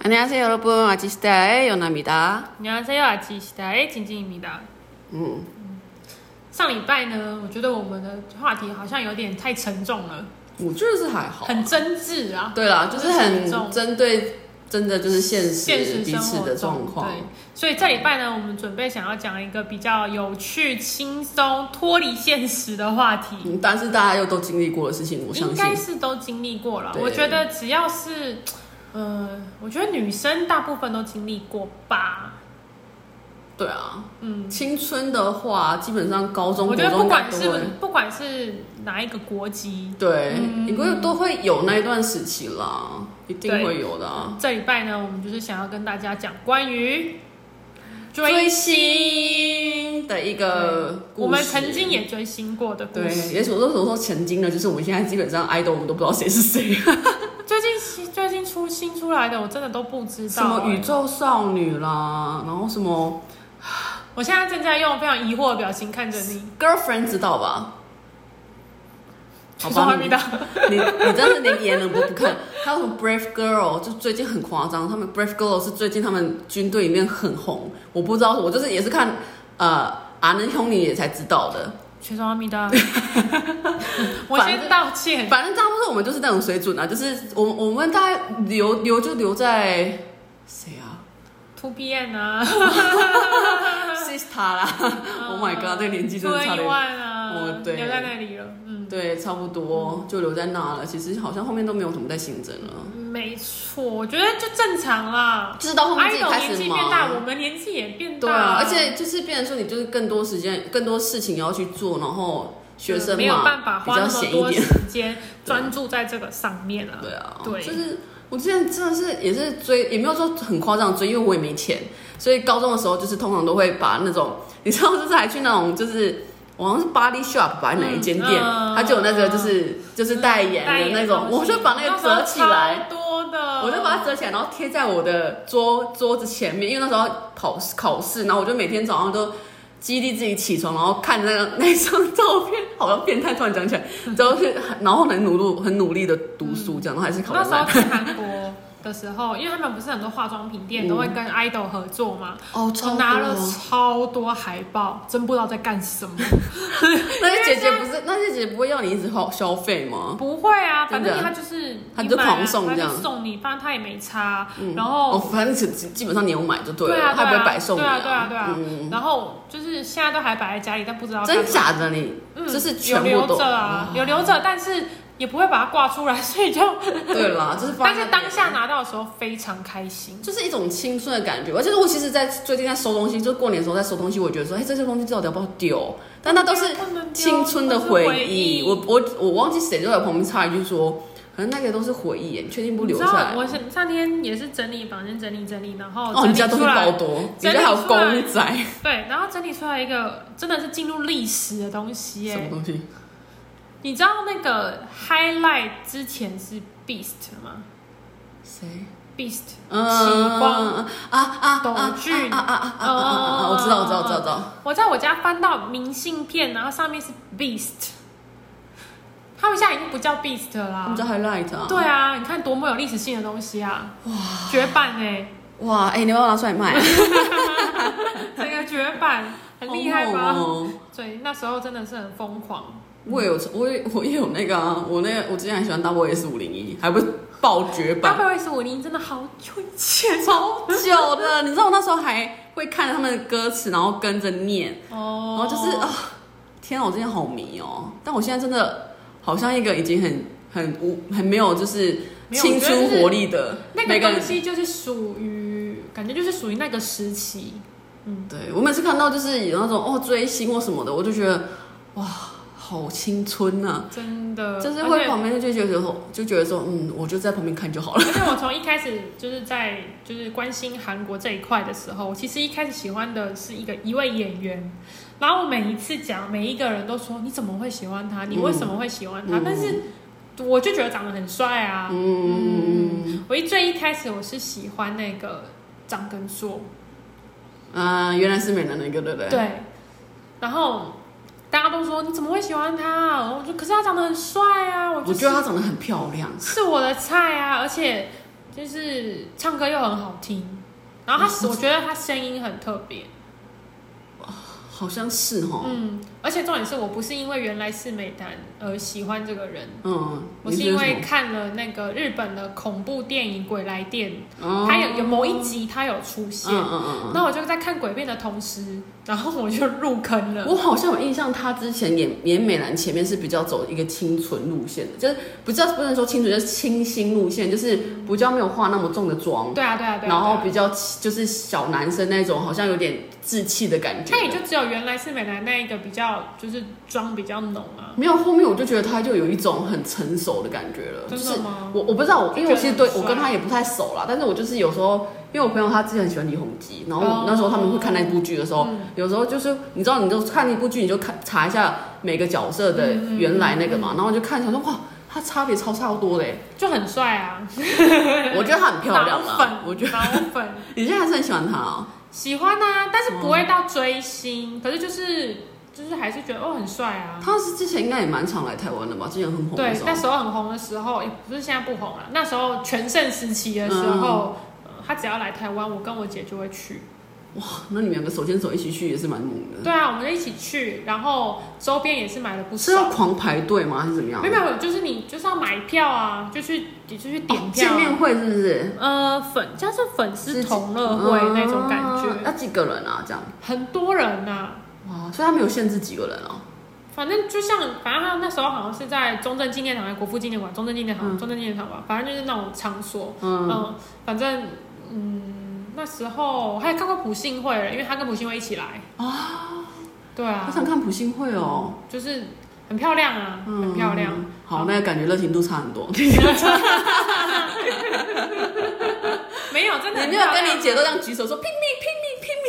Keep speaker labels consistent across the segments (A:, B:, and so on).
A: 안녕하세요 여러분 아지스타의 연아입니다.
B: 안녕하세요, 아치시다의晶晶입니다。
A: 嗯，
B: 上礼拜呢，我觉得我们的话题好像有点太沉重了，
A: 我觉得是还好。
B: 很真挚啊，
A: 对啦，就是
B: 很
A: 很
B: 重
A: 针对真的就是现实
B: 现实
A: 彼
B: 生
A: 此
B: 活
A: 的
B: 中
A: 状况。
B: 对，所以这礼拜呢，我们准备想要讲一个比较有趣、轻松、脱离现实的话题，
A: 嗯，但是大家又都经历过的事情，我相
B: 应
A: 信
B: 该是都经历过了。
A: 对
B: 我觉得只要是，呃，我觉得女生大部分都经历过吧。
A: 对啊。
B: 嗯，
A: 青春的话，基本上高中、
B: 我
A: 国
B: 觉得不
A: 中
B: 管
A: 都
B: 是嗯
A: 会，
B: 不管是哪一个国籍，
A: 对，你会都会有那一段时期啦，一定
B: 对
A: 会有的啊。
B: 这礼拜呢，我们就是想要跟大家讲关于
A: 追
B: 追
A: 星的一个故事，
B: 我们曾经嗯也追星过的故
A: 对，
B: 事。
A: 也所说所说曾经呢，就是我们现在基本上 idol 我们都不知道谁是谁，
B: 最近新最近出新出来的，我真的都不知
A: 什
B: 道、
A: 么宇
B: 欸。
A: 宙少女啦，然后什么
B: 我现在正在用非常疑惑的表情看着你，
A: girlfriend 知道吧？好
B: 你说
A: 吧，
B: 还
A: 你
B: 没到。
A: 你你真的连演了不不看， 还有什么 brave girl，就最近很夸张，他们 brave girl 是最近他们军队里面很红，我不知道，我就是也是看呃阿能兄你也才知道的，
B: 学生阿米 达，我
A: 反
B: 先道歉。
A: 反正大部分我们就是那种水准啊，就是我我们大概留留就留在谁啊
B: To B N 啊
A: ，sister 啦，Oh my god，这个年纪真的差
B: 一
A: 点。
B: 万啊，
A: 哦对
B: 留在那里了。嗯，
A: 对，差不多就留在那了。其实好像后面都没有什么在新增了，
B: 没错，我觉得就正常啦。
A: 就是到后哦面自己
B: idol
A: 开
B: 年
A: 始
B: 纪变大，我
A: 忙。
B: 们年纪也变大，
A: 对啊，而且就是变成说，你就是更多时间、更多事情要去做，然后学生嘛，
B: 没有办法
A: 比
B: 花
A: 较
B: 那么
A: 闲一
B: 多
A: 点。
B: 时间 专注在这个上面了。
A: 对啊，
B: 对
A: 就是我之前真的是也是追，也没有说很夸张地追，因为我也没钱，所以高中的时候就是通常都会把那种，你知道，就是还去那种就是。我好像是 Body Shop 吧，还是哪一间店，
B: 嗯
A: 他就有那个就是就是代言
B: 代
A: 的
B: 言
A: 那种，
B: 东
A: 我
B: 西
A: 就把那个折起来，，
B: 那时候超多的，
A: 我就把它折起来，然后贴在我的桌桌子前面，因为那时候考试考试，然后我就每天早上都激励自己起床，然后看那个那张照片，好像变态，突然讲起来，然后是然后很努力很努力的读书，这样，然后还是考
B: 那
A: 得
B: 时候
A: 烂。
B: 去韩国的时候，因为他们不是很多化妆品店都会跟 idol 合 作嘛，
A: 哦
B: 我拿了超多海报，真不知道在 干什么。
A: 那些姐姐不是那些姐姐不会要你一直花消费吗？
B: 不会啊，
A: 真
B: 反
A: 的
B: 正他就是
A: 他
B: 你
A: 就
B: 买啊
A: 狂送
B: 他
A: 这
B: 就
A: 样
B: 送你，反正他也没差。然
A: 哦，
B: 后
A: 反正基基本上你有买就对
B: 对
A: 了，
B: 啊，
A: 他
B: 对
A: 也不
B: 啊，
A: 会白送你
B: 对啊，对啊，对啊
A: 嗯。
B: 然后就是现在都还摆在家里，但不知道干嘛
A: 真假的你，这是全
B: 啊嗯有留
A: 部都哦
B: 着啊，有留着，但是也不会把它挂出来， 所以就，
A: 对啦，就是放
B: 但
A: 在
B: 是当下拿到的时候非常开心。
A: 就是一种青春的感觉。而且我其实，在最近在收东西，就过年的时候在收东西，我觉得说，哎，这些东西到底要不要丢？但那都是
B: 不能丢
A: 青春的
B: 都是
A: 回
B: 回
A: 忆
B: 忆。
A: 我我我忘记谁就在旁边插一句说，可能那个都是回忆耶，你确定不留下来
B: 你知道？我是上天也是整理房间整理整理，然后
A: 哦，
B: 整
A: 你
B: 理
A: 家都
B: 出
A: 是
B: 来，
A: 包多，你家
B: 整理
A: 还有
B: 出来
A: 公仔，
B: 对，然后整理出来一个真的是进入历史的东西
A: 什么
B: 耶。
A: 东西？
B: 你知道那个 highlight 之前是 beast 吗
A: 谁？
B: ？beast
A: 嗯，
B: 奇光
A: 啊啊，
B: 董俊
A: 啊啊啊啊啊啊啊啊！我知道，我知道，我知道，知道。
B: 我在我家翻到明信片，然后上面是 Beast，他们现在已经不叫 Beast 了
A: 他们
B: 啦。
A: 叫 highlight 啊。
B: 对啊，你看多么有历史性的东西啊！哇，绝版哎、
A: 哇，哎，你要不要拿出来卖啊？
B: 整个绝版，很厉害
A: 好
B: 吧？
A: 猛哦
B: 对，那时候真的是很疯狂。
A: 我也有，我也我也有那个啊，我那个我之前很喜欢 Double S 五零一，还不是爆绝
B: 八
A: 版，
B: 百位是我零，真的好久以前
A: 超久的。你知道我那时候还会看他们的歌词，然后跟着念，然
B: 哦
A: 后就是啊、天啊，我之前好迷哦。但我现在真的好像一个已经很很无很没有就是
B: 没有
A: 青春
B: 我觉得是
A: 活力的
B: 那
A: 每
B: 个
A: 个人
B: 东。西就是属于，感觉就是属于那个时期。嗯，
A: 对我每次看到就是有那种哦追星或什么的，我就觉得哇，好青春呐、
B: 真的，
A: 就是
B: 呃而
A: 会
B: 且
A: 旁边就觉得说就觉得说嗯，我就在旁边看就好了。
B: 而且我从一开始就是在就是关心韩国这一块的时候，我其实一开始喜欢的是一个一位演员，然后我每一次讲每一个人都说你怎么会喜欢他，你为什么会喜欢他？
A: 嗯
B: 但是我就觉得长得很帅啊。
A: 嗯。
B: 我一最一开始我是喜欢那个张根硕，
A: 啊，原来是美男的一个，对不对？
B: 对，然后大家都说你怎么会喜欢他啊？然后我就可是他长得很帅啊，我就
A: 我
B: 是
A: 觉得她长得很漂亮。
B: 是我的菜啊，而且就是唱歌又很好听，然后他我觉得他声音很特别，
A: 好像是哦，
B: 嗯，而且重点是我不是因为原来是美男而喜欢这个人，
A: 嗯，
B: 我
A: 你
B: 是
A: 觉
B: 因
A: 得
B: 为
A: 什
B: 看了那个日本的恐怖电影《鬼来电》，
A: 么
B: 他有有某一集他有出现，
A: 哦嗯嗯嗯嗯，
B: 那我就在看鬼片的同时，然后我就入坑了。
A: 我好像有印象，他之前演演美兰前面是比较走一个清纯路线的，就是不知道不能说清纯，就是清新路线，就是比较没有化那么重的妆，
B: 对啊，对啊，对啊。
A: 然后
B: 对啊
A: 比较就是小男生那种，好像有点稚气的感觉。
B: 他也就只有原来是美男那一个比较，就是妆比较浓啊。
A: 没有后面，我就觉得他就有一种很成熟的感觉了，就
B: 真
A: 是
B: 的吗？
A: 我我不知道，我因为我其实对
B: 就很
A: 我
B: 帅
A: 跟他也不太熟啦，但是我就是有时候，因为我朋友他之前很喜欢李弘基，然后我
B: 哦嗯
A: 那时候他们会看那部剧的时候，有时候就是你知道，你就看一部剧，你就看查一下每个角色的
B: 嗯
A: 原来那个嘛，然后我就看想说哇，他差别超超多的 欸，
B: 就很帅啊，
A: 我觉得他很漂亮
B: 脑
A: 啦
B: 粉，，
A: 我觉得
B: 脑粉
A: 你现在还是很喜欢他哦，
B: 喜欢啊，但是不会到追星，可是就是就是还是觉得哦很帅啊。
A: 他是之前应该也蛮常来台湾的吧，之前很红的
B: 对
A: 时，候
B: 那，时候很红的时候，也不是现在不红了。那时候全盛时期的时
A: 嗯
B: 候，呃他只要来台湾，我跟我姐就会去。
A: 那你们两个手牵手一起去也是蛮猛的，
B: 对啊，我们就一起去，然后周边也是买了不
A: 是要啊
B: 少。
A: 狂排队吗还是怎么样？
B: 没有没有，就是你就是要买票啊，就去就去点
A: 哦
B: 票
A: 见
B: 啊、
A: 面会是不是？
B: 呃，粉像是粉丝同乐会那种感
A: 嗯
B: 觉，
A: 要几个人啊？这样
B: 很多人啊呐、
A: 哇，哦所以他没有限制几个人哦。
B: 反正就像，反正他那时候好像是在中正纪念堂、还是国父纪念馆、中正纪念堂、
A: 嗯
B: 中正纪念堂吧，反正就是那种场所。嗯、
A: 嗯，
B: 反正嗯，那时候我还看过普信会了，因为他跟普信会一起来。哦，对
A: 好
B: 啊，
A: 想看普信会哦，
B: 就是很漂亮啊，
A: 嗯，
B: 很漂亮。。
A: 好，那感觉热情度差很 多。你
B: 没有，真的很
A: 没
B: 漂
A: 有
B: 亮。
A: 跟你姐都这样举手说拼命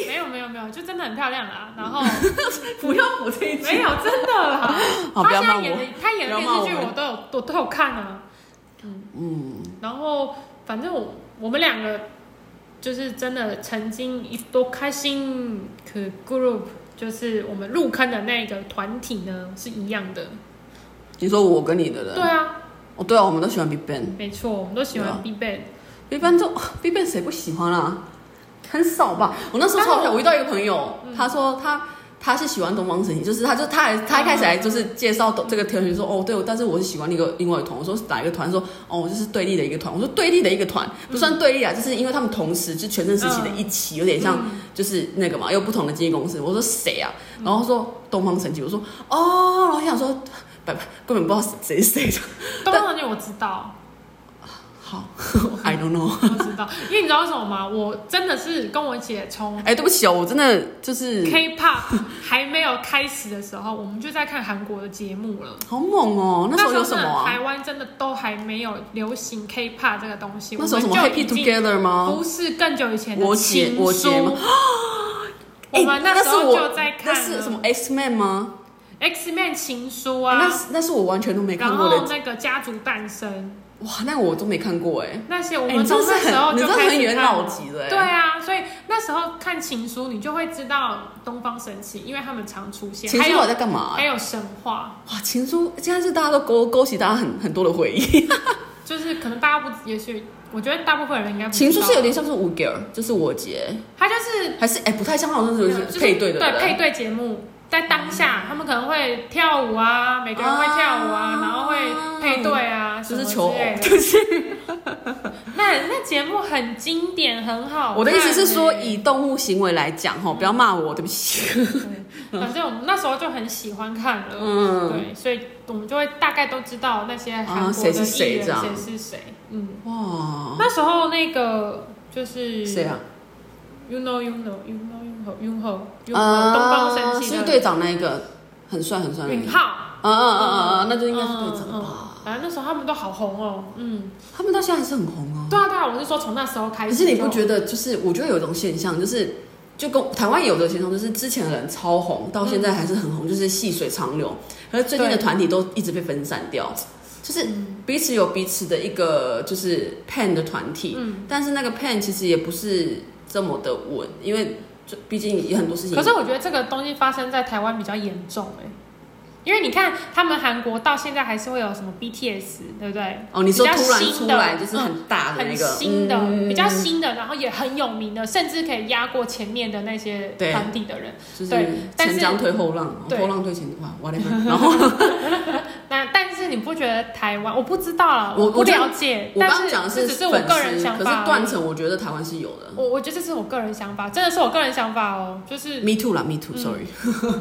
B: 没有没有没有，就真的很漂亮啦。然后
A: 拼命，不要补这一句。
B: 没有真的啦，
A: 好，哦不
B: 他
A: 要
B: 现在
A: 骂
B: 演
A: 我。
B: 的他演的
A: 不
B: 电
A: 要骂
B: 视
A: 我
B: 剧我都有我都有看啊。
A: 嗯，
B: 然后反正我我们两个就是真的曾经一多开心可 group，就是我们入坑的那个团体呢是一样的。
A: 你说我跟你的
B: 对
A: 人，
B: 啊，
A: 哦，对啊，我们都喜欢 BigBang。
B: 没错，我们都喜
A: 对啊
B: 欢 BigBang。
A: BigBang 就 BigBang 谁不喜欢啊？很少吧。我那时候超喜欢，我遇到一个朋友，他说他。他是喜欢东方神起，就是他就他还他一开始还就是介绍这个团员说哦对，但是我是喜欢那个另外一个团，我说是哪一个团？说哦，我就是对立的一个团，我说对立的一个团不算对立啊，就是因为他们同时就全盛时期的一起，有点像就是那个嘛，又不同的经纪公司。我说谁啊？然后说东方神起，我说哦，然后我想说，拜拜，根本不知道谁是谁。
B: 东方神起我知道，
A: 好 ，I don't know。
B: 我知道，因为你知道为什么吗？我真的是跟我姐从
A: 哎，对不起哦，我真的就是。
B: K-pop 还没有开始的时候，我们就在看韩国的节目了。
A: 好猛哦！那时候有什么
B: 那时候真的
A: 啊
B: 台？湾真的都还没有流行 K-pop 这个东西，
A: 那时候什么
B: 我们就
A: Happy
B: 已经
A: Together 吗？
B: 不是更久以前的
A: 我姐
B: 情
A: 我姐吗哎
B: 书，我们
A: 那
B: 那
A: 是
B: 时候
A: 我
B: 就在
A: 那
B: 看
A: 是什么 X Man 吗？
B: X Man 情书
A: 哎
B: 啊
A: 那，是那是我完全都没看
B: 然
A: 过
B: 后
A: 的。
B: 那个家族诞生
A: 哇，那个我都没看过哎。
B: 那些，我
A: 哎，
B: 们
A: 你
B: 从
A: 真的
B: 那
A: 是
B: 时候
A: 很，你
B: 就
A: 真的
B: 开
A: 很
B: 始
A: 元
B: 看
A: 老
B: 了。
A: 级的哎。
B: 对啊，所以那时候看情书，你就会知道东方神起，因为他们常出现，
A: 情
B: 还
A: 书到底
B: 有
A: 在干嘛
B: 还？有神话，
A: 哇，情书现在是大家都勾勾起大家很很多的回忆。
B: 就是可能大家不，也许我觉得大部分人应该不知道
A: 情书是有点像是五 girl，就是我姐，
B: 他就是
A: 还是哎不太像，好像是有点
B: 就是
A: 配对的
B: 对
A: 人。哦
B: 配对节目，在当下他们可能会跳舞啊，每个人会跳舞
A: 啊
B: 啊，然后会配对啊，
A: 就是
B: 什么
A: 求偶
B: 之类，的
A: 就是
B: 那那节目很经典，很好看欸。
A: 我的意思是说，以动物行为来讲，哈，不要骂我，对不起。
B: 对反正我们那时候就很喜欢看了，
A: 嗯
B: 对，所以我们就会大概都知道那些韩
A: 啊
B: 国
A: 谁
B: 的
A: 是谁
B: 艺人
A: 这样
B: 谁是谁。嗯，
A: 哇，
B: 那时候那个就 是
A: 谁啊？
B: ？You know, you know, you know, you know, you know, you
A: 啊，
B: know，东方神
A: 是
B: 起
A: 队
B: 的
A: 长那一个，很帅很帅那
B: 允
A: 个。
B: 浩。
A: 嗯嗯嗯嗯嗯，那就应该是队长
B: 嗯
A: 吧。
B: 反正那时候他们都好红哦，嗯，
A: 他们到现在还是很红啊。
B: 对啊对啊，我是说从那时候开
A: 可
B: 始
A: 是
B: 就，
A: 你不觉得，就是我觉得有一种现象，就是就跟台湾有的现象，就是之前的人超红，到现在还是很红，就是细水长流。可是最近的
B: 对嗯
A: 团体都一直被分散掉，就是彼此有彼此的一个就是 pan 的团体，
B: 嗯
A: 但是那个 pan 其实也不是这么的稳，因为就毕竟也很多事情。
B: 可是我觉得这个东西发生在台湾比较严重哎、因为你看他们韩国到现在还是会有什么 BTS，对不对？
A: 哦，你说
B: 比较
A: 突然
B: 新
A: 出
B: 的
A: 来就是
B: 嗯
A: 很大的那
B: 很
A: 个，
B: 新的、
A: 嗯
B: 比较，新的，然后也很有名的，甚至可以压过前面的那些
A: 对
B: 团体的人。
A: 就是
B: 对但是
A: 前浪推后浪，
B: 对
A: 后浪推前 浪，whatever。然后
B: 那但是你不觉得台湾？我不知道啊，
A: 我
B: 不
A: 我觉得
B: 了解。
A: 我刚
B: 但
A: 刚讲的
B: 这只是
A: 是
B: 我
A: 粉
B: 个人
A: 丝，
B: 想
A: 可
B: 法
A: 是
B: 而已。
A: 断层我觉得台湾是有的。
B: 我我觉得这是我个人想法，真的是我个人想法哦，就是
A: Me too 啦，Me too，sorry。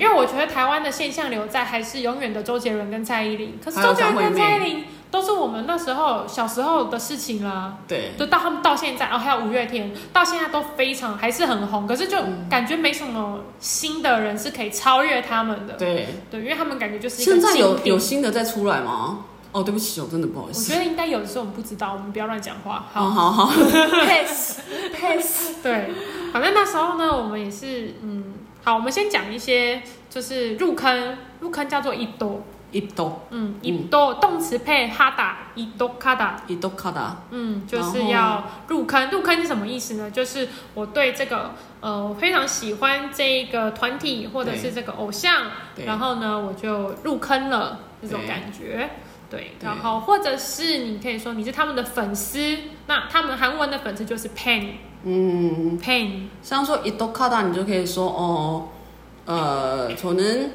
B: 因为我觉得台湾的现象留在还是永远的周杰伦跟蔡依林，可是
A: 还有
B: 周杰伦
A: 张
B: 跟
A: 惠
B: 蔡
A: 妹
B: 依林都是我们那时候小时候的事情啦。
A: 对，
B: 就到他们到现在，哦，还有五月天，到现在都非常还是很红，可是就
A: 嗯
B: 感觉没什么新的人是可以超越他们的。
A: 对，
B: 对，因为他们感觉就是一个
A: 现在有
B: 竞品
A: 有新的再出来吗？哦，对不起，我真的不好意
B: 我
A: 思。
B: 觉得应该有的时候我们不知道，我们不要乱讲话。好，
A: 好好好 ，pass pass。
B: 对，反正那时候呢，我们也是，嗯，好，我们先讲一些就是入坑，入坑叫做一多，
A: 一斗
B: 嗯，一多、动词配哈达，一多卡达，
A: 一斗卡达，
B: 嗯，就
A: 然
B: 是
A: 后
B: 要入坑。入坑是什么意思呢？就是我对这个呃，我非常喜欢这个团体或者是这个偶像，
A: 对
B: 然后呢，我就入坑了这种感觉。对，
A: 对
B: 然后或者是你可以说你是他们的粉丝，那他们韩文的粉丝就是 pan
A: 嗯，
B: pan，
A: 像说一斗卡达，你就可以说哦，呃，저는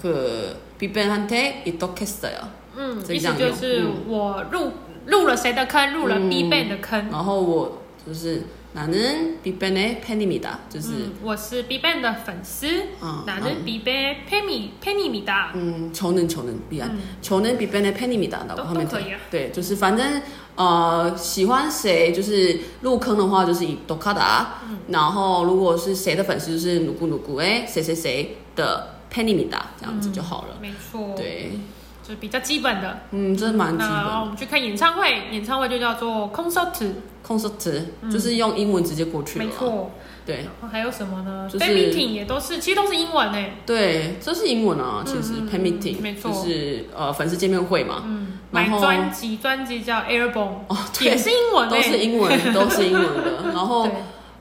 A: 그 비벤한테 이덕했어요。
B: 嗯，
A: 这
B: 意思
A: 样
B: 就
A: 用
B: 是
A: 嗯
B: 我入入了谁的坑，入了
A: 嗯
B: B ban 的坑，
A: 然后我就是나는 비벤의 팬입니다，就是
B: 嗯，我是 B ban 的粉丝，
A: 嗯
B: 哪是 B ban pan이 pan입니다，
A: 嗯，저는저는미안，저는비벤의팬입니다라고
B: 嗯都
A: 하면
B: 都可
A: 돼
B: 以啊
A: 요对，就是反正呃喜欢谁就是入坑的话就是以 d o k a d a
B: 嗯
A: 然后如果是谁的粉丝就是努咕努咕哎谁谁谁的 p e n i m i d a 这样子就好了。
B: 没错，。
A: 对，
B: 就是比较基本的。
A: 嗯，这蛮基
B: 那我
A: 本。
B: 们去看演唱会，演唱会就叫做 concert，
A: concert 就是用英文直接过去了
B: 嗯没
A: 啦。
B: 错。
A: 对
B: 然后还有什么呢、
A: 就是
B: fan meeting 也都是，其实都是英文诶。
A: 对，这是英文啊，其实
B: 嗯嗯
A: p e n meeting
B: 没错
A: 就是呃粉丝见面会嘛，
B: 嗯，买
A: 然后
B: 专辑，专辑叫 Airborne，、
A: 哦
B: 也
A: 对，
B: 是英文欸
A: 都
B: 诶。
A: 是英文，都是英文的。然后
B: 对，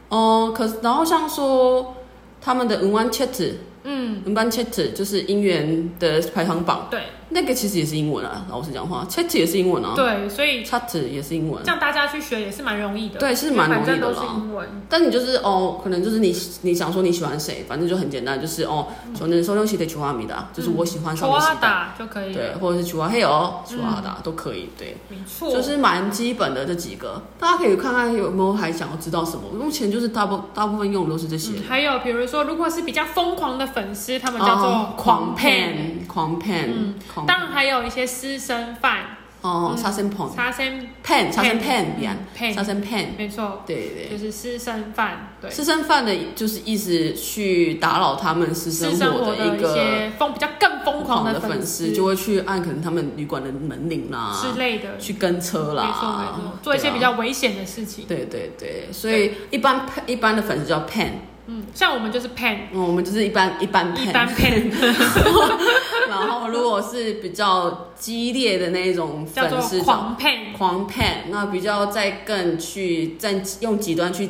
A: 嗯，可是然后像说他们的文玩 chat，
B: 嗯，
A: 文班 chat 就是音源的排行榜，
B: 对
A: 那个其实也是英文啊，老实讲话，chat 也是英文啊
B: 对，所以
A: ，chat 也是英文啊
B: 这。样大家去学也是蛮容易的。
A: 对是蛮容易的啦
B: 因为反正都是英文。
A: 但你就是哦，可能就是你你想说你喜欢谁，反正就很简单，就是哦，可能收六系的球阿米达，就是我喜欢上
B: 戳
A: 面喜的，
B: 啊嗯打就可以
A: 对，
B: 了，
A: 或者是球阿黑哦，球阿达都可以，对。
B: 没错。
A: 就是蛮基本的这几个，大家可以看看有没有还想要知道什么。目前就是大部大部分用的都是这些。
B: 嗯还有比如说，如果是比较疯狂的粉丝，
A: 他
B: 他们叫做狂 pan，、
A: pen，狂 pen，狂
B: 当然还有一些私生饭、
A: 哦，沙生 pen
B: 沙生
A: pen 沙生
B: pen，
A: pen 变
B: 嗯
A: 沙生 pen，
B: 没错，
A: 对对
B: 就。是私生饭，对
A: 对，私生饭的就是一直去打扰他们私
B: 私
A: 生
B: 生
A: 活
B: 活
A: 的
B: 的
A: 一
B: 一
A: 个
B: 些疯比较更疯狂
A: 的
B: 粉
A: 粉丝，就会去按可能他们旅馆的门铃啦，
B: 之类的，
A: 去跟车啦，啊
B: 没错没错，做一些比较危险的事情。
A: 对啊。对对对，所以一般 pen- 一般的粉丝叫 pen，
B: 嗯，像我们就是 pan
A: 嗯，我们就是一般一般 pen，
B: 一般 pan
A: 然后如果是比较激烈的那种
B: 叫
A: 粉
B: 做
A: 丝，
B: 狂 pan，
A: 狂 pan，那比较再更去再用极端去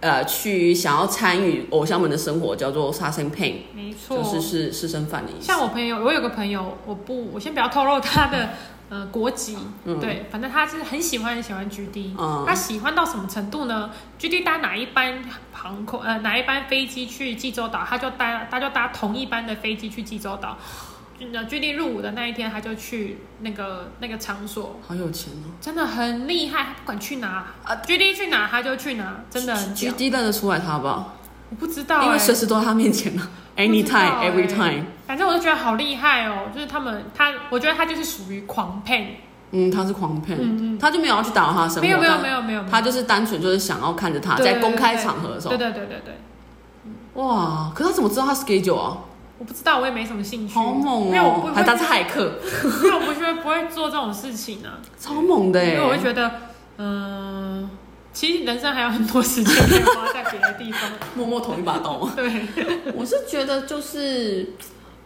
A: 呃去想要参与偶像们的生活，叫做杀生 pan，
B: 没错
A: 就。是是是生饭的意思。
B: 像我朋友，我有个朋友，我不，我先不要透露他的呃国籍，
A: 嗯
B: 对，反正他是很喜欢很喜欢 GD，、
A: 嗯
B: 他喜欢到什么程度呢？GD 搭哪一班航空呃哪一班飞机去济州岛，他就搭他就搭同一班的飞机去济州岛。那 GD 入伍的那一天，他就去那个那个场所，
A: 好有钱哦、
B: 真的很厉害，他不管去哪、
A: 啊
B: g d 去哪他就去哪，真的很
A: ，G
B: 屌。
A: D 认得出来他吧？
B: 我不知道、欸，
A: 因为随时都在他面前啊
B: 不知道
A: ，anytime
B: 欸
A: every time，
B: 反正我就觉得好厉害哦，就是他们他，我觉得他就是属于狂配，
A: 嗯，他是狂 pan，、
B: 嗯嗯
A: 他就没有要去打扰他的生活，
B: 没有没有
A: 他
B: 没有没有，
A: 他就是单纯就是想要看着他
B: 对
A: 在公开场合的时候
B: 对，对对对对，
A: 哇！可是他怎么知道他 schedule 啊？
B: 我不知道，我也没什么兴趣，
A: 好猛
B: 因为我
A: 哦、
B: 不
A: 还
B: 会，
A: 他是骇 客，
B: 因为我不觉得不会做这种事情 呢、
A: 超猛的
B: 因为我会
A: 哎！
B: 觉得，嗯、其实人生还有很多时间可以花在别的 地方，
A: 默默捅一把刀。
B: 对，
A: 我是觉得就是，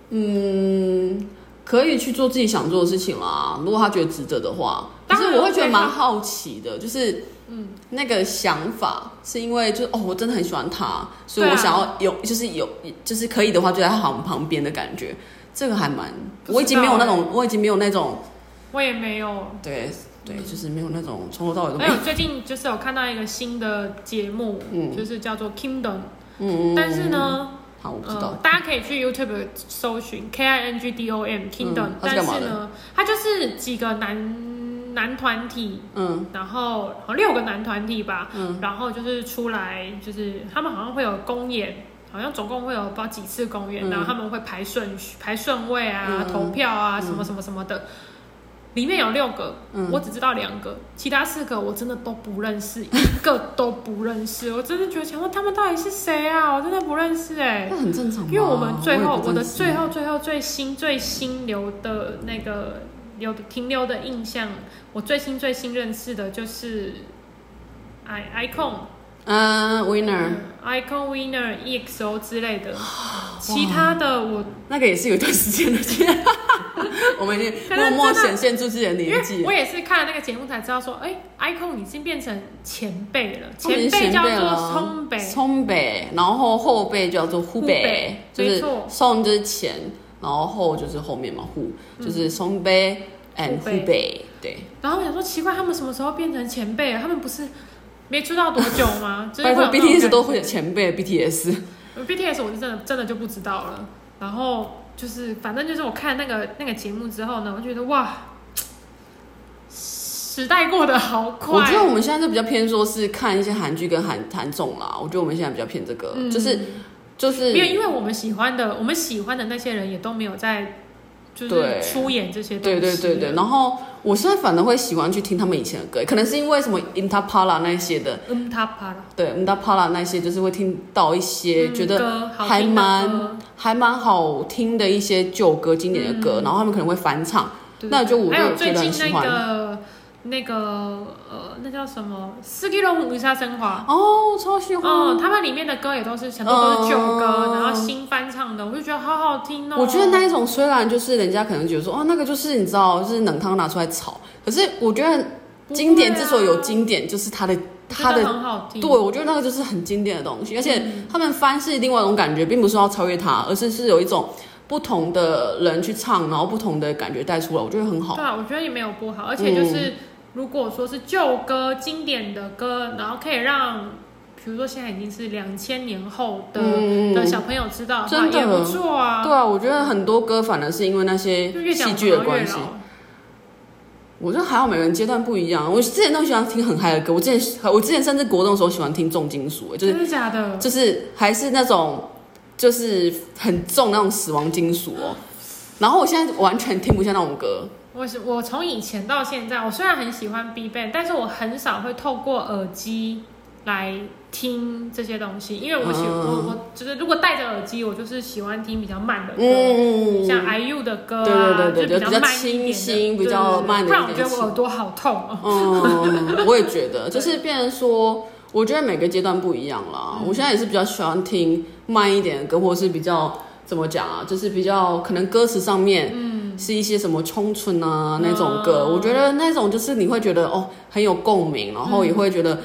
A: 嗯，可以去做自己想做的事情啦。如果他觉得值得的话，但
B: 当
A: 是
B: 然
A: 我会觉得
B: 对
A: 蛮
B: 他
A: 好奇的，就是。嗯，那个想法是因为就是哦，我真的很喜欢他，所以
B: 对啊
A: 我想要有，就是有，就是可以的话就在他旁旁边的感觉。这个还蛮，
B: 不知道欸
A: 我已经没有那种，我已经没有那种，
B: 我也没有。
A: 对对，就是没有那种从头到尾都没
B: 还
A: 有
B: 嗯有，最近就是有看到一个新的节目，
A: 嗯
B: 就是叫做 Kingdom，、
A: 嗯，嗯嗯
B: 但是，呢，
A: 好，我不知
B: 呃
A: 道，，
B: 大家可以去 YouTube 搜寻 K I N G D O M Kingdom，、
A: 嗯它
B: 但
A: 是干
B: 是
A: 嘛的
B: 呢，它就是几个男男团体，
A: 嗯
B: 然后好像六个男团体吧，
A: 嗯
B: 然后就是出来，就是他们好像会有公演。好像总共会有不知道几次公演，
A: 嗯
B: 然后他们会排顺序、排顺位啊、
A: 嗯嗯
B: 投票啊、
A: 嗯
B: 什么什么什么的。里面有六个，
A: 嗯
B: 我只知道两个，其他四个我真的都不认识，一个都不认识。我真的觉得想说他们到底是谁啊？我真的不认识哎、
A: 那很正常吧，
B: 因为我们最后
A: 也不
B: 我的
A: 认识
B: 最后最后最新最新留的那个留停留的印象，我最新最新认识的就是 i icon
A: 嗯，winner
B: icon winner EXO 之类的，其他的我
A: 那个也是有一段时间的，现在我们已经
B: 可是
A: 默默
B: 真的
A: 显现出自己的
B: 因为
A: 年纪了
B: 我，也是看了那个节目才知道说，哎、i c o n 已经变成前辈了，
A: 他们已经
B: 辈
A: 前
B: 叫
A: 辈了
B: 做
A: 啊
B: 松北，
A: 冲北，然后后辈叫做户
B: 户北
A: 就是
B: 没错
A: 松就是前，然后后就是后面嘛，户就是松北 and
B: 户
A: 户
B: 嗯北
A: 北，对，
B: 然后我想说奇怪，他们什么时候变成前辈了？他们不是没出道多久 吗？就是
A: 拜
B: 会
A: 托
B: 有那种感觉
A: BTS 都会有前辈 BTS，
B: 呃 BTS 我是真的真的就不知道了。然后就是反正就是我看那个那个节目之后呢，我觉得哇，时代过得好
A: 我觉得
B: 快。
A: 我们现在就比较偏说是看一些韩剧跟韩韩综啦，我觉得我们现在比较偏这个，
B: 嗯
A: 就是就是
B: 因为因为我们喜欢的我们喜欢的那些人也都没有在就是
A: 对
B: 出演这些东
A: 对
B: 西。
A: 对对对，。然后我现在反而会喜欢去听他们以前的歌，可能是因为什么 Intapala 那一些的，
B: 嗯，他怕了，
A: 对 Intapala 那一些就是会听到一些、
B: 嗯
A: 觉得
B: 歌好
A: 还
B: 听的
A: 蛮
B: 歌
A: 还蛮好听的一些旧歌、经典的
B: 嗯
A: 歌，然后他们可能会翻唱。
B: 对
A: 那就我
B: 还有
A: 就觉
B: 最
A: 得很
B: 近
A: 喜
B: 那
A: 欢
B: 个那个呃，那叫什么《四季龙无下生华》。
A: 哦，超喜欢！
B: 嗯，他们里面的歌也都是很多都是旧歌，
A: 嗯
B: 然后新翻唱的，我就觉得好好听哦。
A: 我觉得那一种虽然就是人家可能觉得说哦，那个就是你知道，就是冷汤拿出来炒，可是我觉得经典
B: 啊
A: 之所以有经典，就是它的它
B: 他
A: 的
B: 很好听，
A: 对，我觉得那个就是很经典的东西，而且
B: 嗯
A: 他们翻是另外一种感觉，并不是要超越它，而是是有一种不同的人去唱，然后不同的感觉带出来，我觉得很好。
B: 对啊，我觉得也没有不好，而且就是如果说是旧歌、经典的歌，然后可以让。比如说，现在已经是两千年后的、
A: 嗯
B: 的小朋友知道，
A: 真的
B: 也不错啊。
A: 对啊，我觉得很多歌反而是因为那些
B: 就越讲
A: 戏
B: 反
A: 剧的
B: 而越
A: 关系
B: 老，。
A: 我觉得还好，每个人阶段不一样。我之前都喜欢听很嗨的歌，我之前我之前甚至国中的时候喜欢听重金属，欸就是
B: 真的假的？
A: 就是还是那种就是很重那种死亡金属哦。然后我现在完全听不下那种歌，
B: 我是我从以前到现在，我虽然很喜欢 B Ban，但是我很少会透过耳机来听这些东西，因为我喜、
A: 嗯
B: 我我就是如果戴着耳机，我就是喜欢听比较慢的歌。
A: 嗯，
B: 像 IU 的歌啊，
A: 对对对对对
B: 就比慢一点的
A: 比较清新
B: 对对对
A: 比较慢一
B: 不
A: 点
B: 然
A: 的
B: 我觉得我耳朵好痛哦。
A: 嗯，我也觉得， 就是变成说，我觉得每个阶段不一样啦。我现在也是比较喜欢听慢一点的歌，或是比较怎么讲啊，就是比较可能歌词上面，嗯，是一些什么冲春啊
B: 嗯
A: 那种歌，我觉得那种就是你会觉得哦很有共鸣，然后也会觉得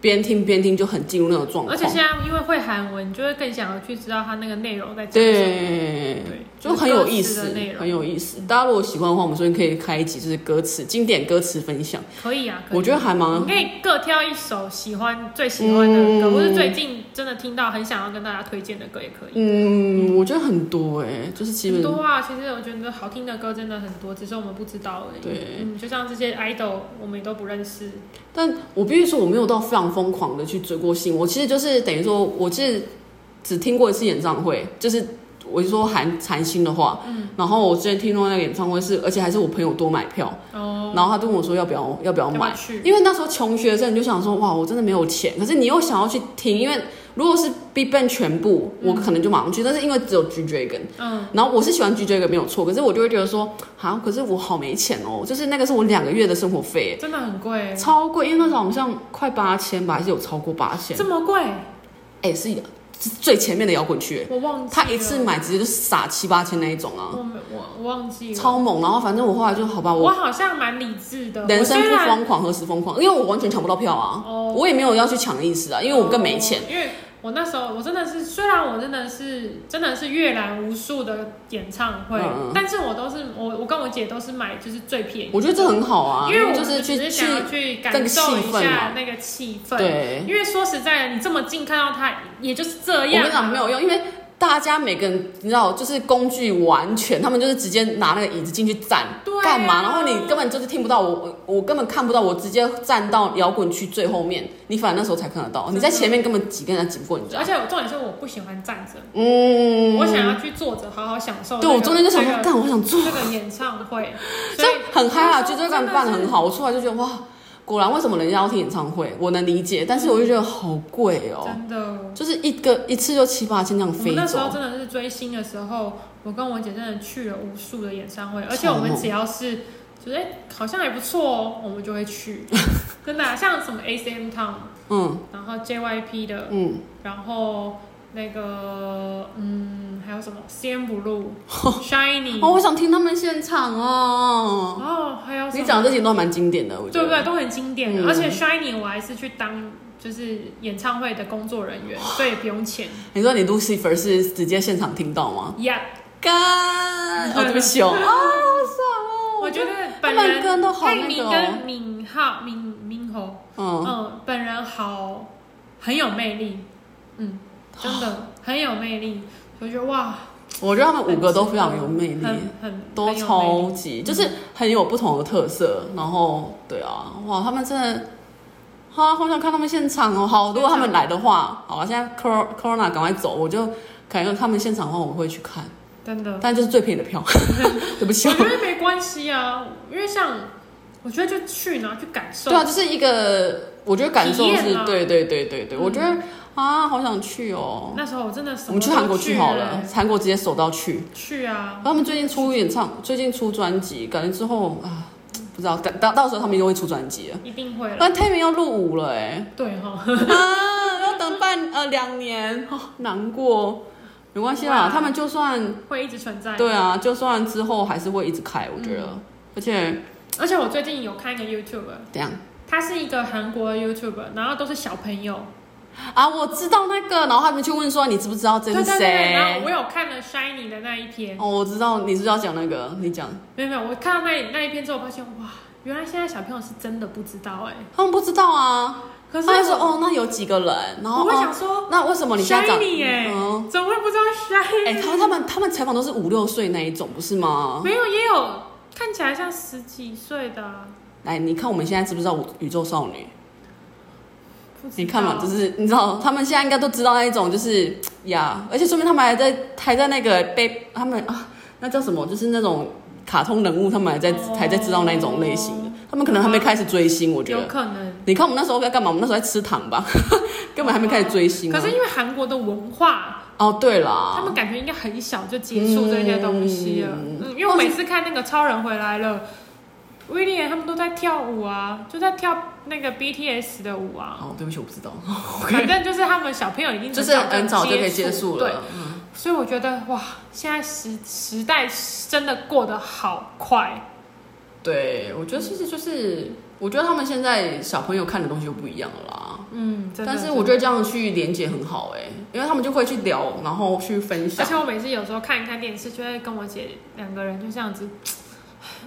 A: 边听边听就很进入那种状
B: 而
A: 况
B: 且。现在因为会韩文，你就会更想要去知道它那个内容在讲什么。
A: 对，
B: 对
A: 就很有意
B: 就是歌词
A: 思
B: 的内，容
A: 很有意思。大家如果喜欢的话，我们说可以开一集就是歌词经典歌词分享，
B: 可以啊，可以。
A: 我觉得还蛮
B: 你可以各挑一首喜欢最喜欢的歌，
A: 嗯
B: 或是最近真的听到很想要跟大家推荐的歌也可以。
A: 嗯，我觉得很多哎、就是基
B: 很
A: 本
B: 多啊，其实我觉得好听的歌真的很多，只是我们不知道而已。
A: 对
B: 嗯，就像这些 idol，我们也都不认识。
A: 但我必须说，我没有到非常疯狂的去追过星，我其实就是等于说，我是只听过一次演唱会，就是我就说韩韩星的话，嗯，然后我之前听过那个演唱会是，而且还是我朋友多买票，
B: 哦，
A: 然后他就问我说要不要要不要
B: 要不
A: 买
B: 要，去？
A: 因为那时候穷学生，你就想说哇，我真的没有钱，可是你又想要去听，因为如果是 BigBang 全部，我可能就马上去，但是因为只有 G Dragon，
B: 嗯，
A: 然后我是喜欢 G Dragon 没有错，可是我就会觉得说，啊，可是我好没钱哦，就是那个是我两个月的生活费耶，
B: 真的很贵，
A: 超贵，因为那时候好像快八千吧，还是有超过八千
B: 这。么贵，
A: 哎、是一个是最前面的摇滚区，哎
B: 我忘记
A: 他一次
B: 了，
A: 买直接就撒七八千那一种啊，
B: 我没我我忘记了。
A: 超猛。然后反正我后来就好吧，
B: 我
A: 我
B: 好像蛮理智的，
A: 人生
B: 我虽
A: 不
B: 然
A: 疯狂何时疯狂？因为我完全抢不到票啊，
B: 哦
A: 我也没有要去抢的意思啊，因为我更没钱。
B: 哦因为我那时候我真的是，虽然我真的是真的是阅览无数的演唱会，
A: 嗯嗯
B: 但是我都是我我跟我姐都是买就是最便宜的，
A: 我觉得这很好啊，
B: 因为我
A: 就
B: 们
A: 是去去
B: 只是想要去
A: 那
B: 感
A: 个
B: 受
A: 气
B: 一
A: 氛
B: 下
A: 嘛
B: 那个气氛。
A: 对。
B: 因为说实在的，你这么近看到他，也就是这
A: 我跟
B: 样。
A: 你讲没有用，因为大家每个人你知道，就是工具完全，他们就是直接拿那个椅子进去站，
B: 对啊
A: 干嘛？然后你根本就是听不到我，我我根本看不到，我直接站到摇滚区最后面，你反而那时候才看得到，
B: 真的
A: 你在前面根本挤跟人家挤不过，你知道
B: 而
A: 吗？
B: 且我重点是我不喜欢站着，
A: 嗯，
B: 我想要去坐着好好享受、
A: 对我中间就想说，
B: 这个啊
A: 干，我想坐，
B: 这个演唱 会，
A: 所以很嗨啊，
B: 就
A: 就这个办的很好。我出来就觉得哇，果然为什么人家要听演唱会，我能理解，但是我就觉得好贵哦，
B: 真的。
A: 就是一个一次就七八千这样
B: 嗯我
A: 飞
B: 们那时
A: 走
B: 候，真的是追星的时候，我跟我姐真的去了无数的演唱会，而且我们只要是觉得、哎好像还不错哦，我们就会 去。真的啊、像什么 A C M Town，
A: 嗯
B: 然后 J Y P 的，
A: 嗯。
B: 然后那个嗯，还有什么 C M Blue、Shiny，
A: 哦，我想听他们现场哦。
B: 然后还有什
A: 你
B: 么
A: 讲的这些都还蛮经典的，我觉
B: 对
A: 得。
B: 不对？都很经典的，
A: 嗯
B: 而且 Shiny 我还是去当就是演唱会的工作人员，所以不用钱。
A: 你说你 Lucifer 是直接现场听到吗？
B: Yeah，
A: 干，哦，对不 起哦，啊，好爽哦。
B: 我觉得
A: 他
B: 本
A: 们
B: 人
A: 歌都好
B: 泰
A: 那
B: 明
A: 个
B: 跟
A: 哦，
B: 敏浩、敏敏侯，
A: 嗯，
B: 嗯，本人好很有魅力，嗯，真的很有魅力。我觉得哇，
A: 我觉得他哦们五个都非常有魅力，
B: 很很
A: 都
B: 很有魅力
A: 超级，就是很有不同的特色。然后，对啊，哇，他们真的。啊，好想看他们现场哦！好，如果他们来的话，好啊，现在 cor- corona 赶快走，我就感觉他们现场的话，我会去看，
B: 真 的。
A: 但就是最便宜的票，对不起
B: 我
A: 哦。
B: 觉得没关系啊，因为像我觉得就去然后去感受
A: 对，啊，就是一个，我觉得感受
B: 体验
A: 是
B: 啊
A: 对对对对对，
B: 嗯
A: 我觉得啊，好想去哦。
B: 那时候我真的什么
A: 我们去
B: 都
A: 韩国
B: 去啊
A: 去好
B: 了
A: 了，韩国直接手到去。
B: 去啊，
A: 他们最近出演唱，最近出专辑，感觉之后啊，不知道，感到到时候他们又会出专辑了。
B: 一定会了。
A: 但 Tammy 要入伍了 哎、
B: 对哈、
A: 啊，要等半呃两年，哦，难过。没关系啦
B: 哇，
A: 他们就算
B: 会一直存在。嗯
A: 对，啊，就算之后还是会一直开，我觉得。而且
B: 而且我最近有看一个 YouTuber，
A: 怎样
B: 他是一个韩国 YouTuber，然后都是小朋友。
A: 啊？我知道那个，然后他们去问说你知不知道这
B: 对
A: 是谁？
B: 对对，然后我有看了 Shiny 的那一篇，
A: 哦，我知道，你是不是要讲那个？你讲，
B: 没有没有，我看到那那一篇之后，我发现哇，原来现在小朋友是真的不知道哎、
A: 他们不知道啊。
B: 可是
A: 他就说，
B: 我
A: 哦，那有几个人，然
B: 我
A: 后
B: 会
A: 哦，
B: 想说、
A: 那为什么你
B: s h
A: 现
B: i
A: 在
B: n
A: 讲？
B: y 哎、
A: 嗯，
B: 怎么会不知道 Shiny？
A: 哎、他他们他们采访都是五六岁那一种，不是吗？
B: 没有，也有看起来像十几岁的啊、
A: 来，你看我们现在知不知道宇宙少女？
B: 不知道
A: 你看嘛，就是你知道，他们现在应该都知道那一种，就是呀，而且说明他们还在还在那个被他们啊，那叫什么？就是那种卡通人物，他们还在、
B: 哦
A: 还在知道那一种类型的，他们可能还没开始追星，我觉
B: 有
A: 得。
B: 可能。
A: 你看我们那时候在干嘛？我们那时候在吃糖吧， 根本还没开始追星、啊。
B: 可是因为韩国的文化，
A: 哦，对啦，
B: 他们感觉应该很小就接触这些东西了。
A: 嗯
B: 嗯，因为我每次看那个《超人回来了》，威廉他们都在跳舞啊，就在跳那个 BTS 的舞啊。
A: 哦，对不起，我不知道，
B: 反正就是他们小朋友已经
A: 就是很早就可以接触
B: 触
A: 了。嗯
B: 对，所以我觉得哇，现在时时代真的过得好快。
A: 对，我觉得其实就是，我觉得他们现在小朋友看的东西就不一样了啦。
B: 嗯，真的
A: 但是
B: 真
A: 我
B: 的
A: 觉得这样去连接很好哎、因为他们就会去聊，然后去分
B: 而
A: 享。
B: 且我每次有时候看一看电视，就会跟我姐两个人就这样子，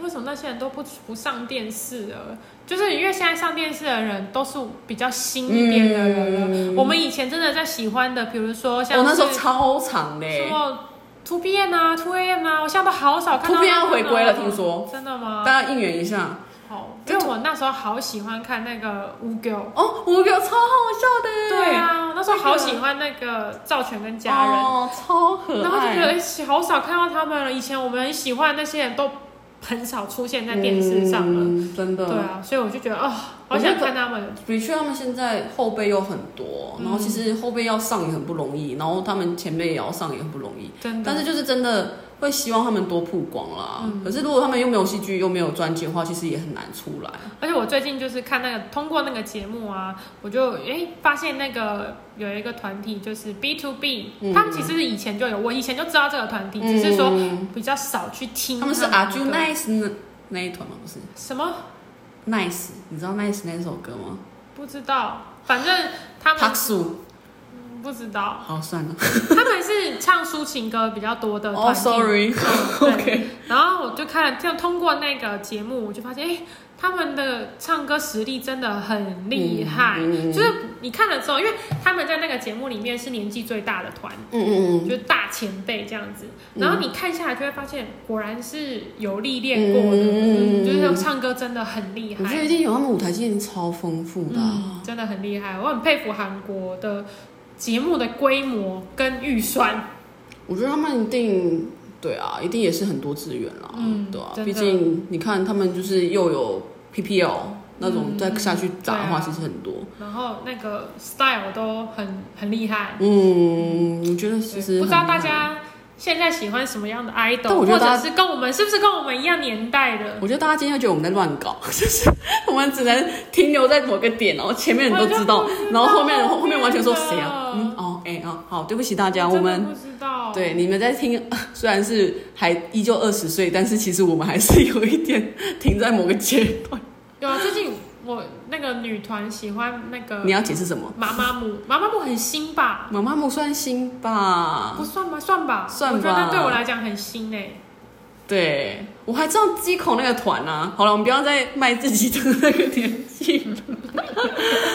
B: 为什么那些人都不不上电视了？就是因为现在上电视的人都是比较新一点的人了。嗯哦我们以前真的在喜欢的，比如说像
A: 我哦那时候
B: 是
A: 超长欸嘞、
B: 什么 Two PM 啊、Two AM 啊，我现在都好少看到呃
A: 2PM
B: 他们
A: 回归了听说
B: 真的吗？
A: 大家应援一下
B: 好，因为我那时候好喜欢看那个《五 girl》。
A: 哦，我有超好笑的、欸，
B: 对，啊，那时候好喜欢那个赵全跟家人。
A: 哦，超可
B: 然后就觉
A: 爱。
B: 得哎好少看到他们了。以前我们很喜欢的那些人都很少出现在电视上了。
A: 嗯、真的。
B: 对啊，所以我就觉得哦，好
A: 我觉得
B: 想看他们。
A: 的确，他们现在后辈又很多，然后其实后辈要上也很不容易，然后他们前辈也要上也很不容易。
B: 真的，嗯
A: 但是就是真的会希望他们多曝光啦。可是如果他们又没有戏剧，又没有专辑的话，其实也很难出来。
B: 而且我最近就是看那个通过那个节目啊，我就哎发现那个有一个团体就是 B to B，
A: 嗯
B: 他们其实以前就有，我以前就知道这个团体，只是说比较少去
A: 嗯
B: 听
A: 他们是
B: 阿
A: R G Nice 那那一团吗？不是
B: 什么
A: Nice，你知道 Nice 那首歌吗？
B: 不知道，反正他们
A: 朴树，
B: 不知道，
A: 好，算了。
B: 他们是唱抒情歌比较多的
A: 哦
B: 团体。
A: ，sorry。
B: 嗯对
A: OK，
B: 然后我就看，就通过那个节目，我就发现，哎、他们的唱歌实力真的很厉害。
A: 嗯嗯嗯
B: 就是你看了之后，因为他们在那个节目里面是年纪最大的团，
A: 嗯嗯嗯
B: 就是大前辈这样子。然后你看下来就会发现，果然是有历练过的，
A: 嗯嗯嗯嗯嗯
B: 就是唱歌真的很厉
A: 我觉得
B: 害嗯
A: 一，定有，他们舞台经验超丰富的啊。
B: 真的很厉害。我很佩服韩国的节目的规模跟预算。
A: 我觉得他们一定，对啊，一定也是很多资源啦。
B: 嗯
A: 对啊，
B: 真的
A: 毕竟你看他们就是又有 PPL 那种，再下去砸的话，
B: 嗯对啊
A: 其实很多。
B: 然后那个 style 都很很厉害，
A: 嗯，我觉得其实
B: 不知道
A: 很
B: 大家现在喜欢什么样的
A: 但
B: idol，
A: 我觉得
B: 或
A: 大家
B: 者是跟我们是不是跟我们一样年代的？
A: 我觉得大家今天会觉得我们在乱搞， 就是我们只能停留在某个点，然后前面你都知道
B: 我就不知，道
A: 然后后面后面完全说
B: 真的
A: 谁啊？嗯哦哎啊、好，对不起大家，我
B: 我真的
A: 们
B: 不知道，
A: 对你们在听，虽然是还依旧二十岁，但是其实我们还是有一点 停在某个阶段。
B: 有啊，最近我那个女团喜欢那个
A: 你要解释什么？
B: 妈妈木，妈妈木很新吧？
A: 妈妈木算新吧
B: 不？算吧，算
A: 啊
B: 吧，
A: 算吧
B: 我觉得那对我来讲很新欸诶、
A: 对，我还知道鸡口那个团啊。好了，我们不要再卖自己的那个年纪 了。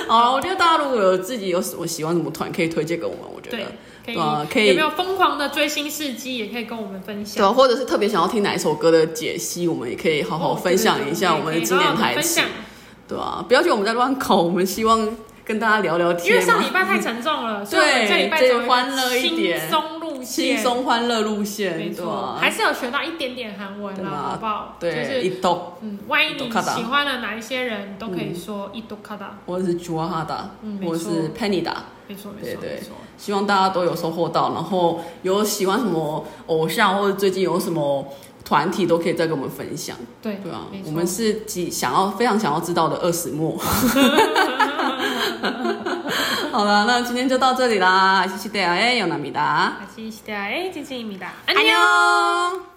A: 好了，我觉得大家如果有自己有什么喜欢什么团，可以推荐给我们。我觉
B: 对
A: 得。，
B: 可以，
A: 对啊可以
B: 有没有疯狂的追星事迹也可以跟我们分
A: 对
B: 享。
A: 啊，或者是特别想要听哪一首歌的解析，我们也可以好好
B: 哦
A: 分享一下
B: 对对对
A: 我们的
B: 可以
A: 经典
B: 好好地
A: 台
B: 分
A: 词
B: 享，，
A: 对啊，不要觉得我们在乱搞，我们希望跟大家聊聊
B: 因为
A: 天
B: 上
A: 嘛，
B: 礼拜太沉重了，所以我
A: 对
B: 们这礼拜
A: 这
B: 走一个
A: 欢乐一点
B: 轻松路
A: 轻
B: 线，
A: 松欢乐路
B: 没
A: 线，对
B: 错，
A: 吧？
B: 还是有学到一点点韩文
A: 对
B: 啦，
A: 吧
B: 好不好？
A: 对，
B: 就是
A: 一斗
B: 嗯，万一
A: 一
B: 你
A: 都卡达
B: 喜欢了哪一些人，都可以说一多卡达。
A: 或者是朱阿哈达
B: 嗯，没
A: 或者是 Penny 达，
B: 没错，没
A: 对
B: 错，
A: 对
B: 没错。
A: 希望大家都有收获到，然后有喜欢什么偶像或者最近有什么团体，都可以再跟我们分享，
B: 对
A: 对啊
B: 没，错
A: 我们是几想要非常想要知道的二十末。 好了，那今天就到这里啦，谢谢大家，哎，有难米达，
B: 아시시대아의진진입니다
A: 安
B: 안녕
A: 妞。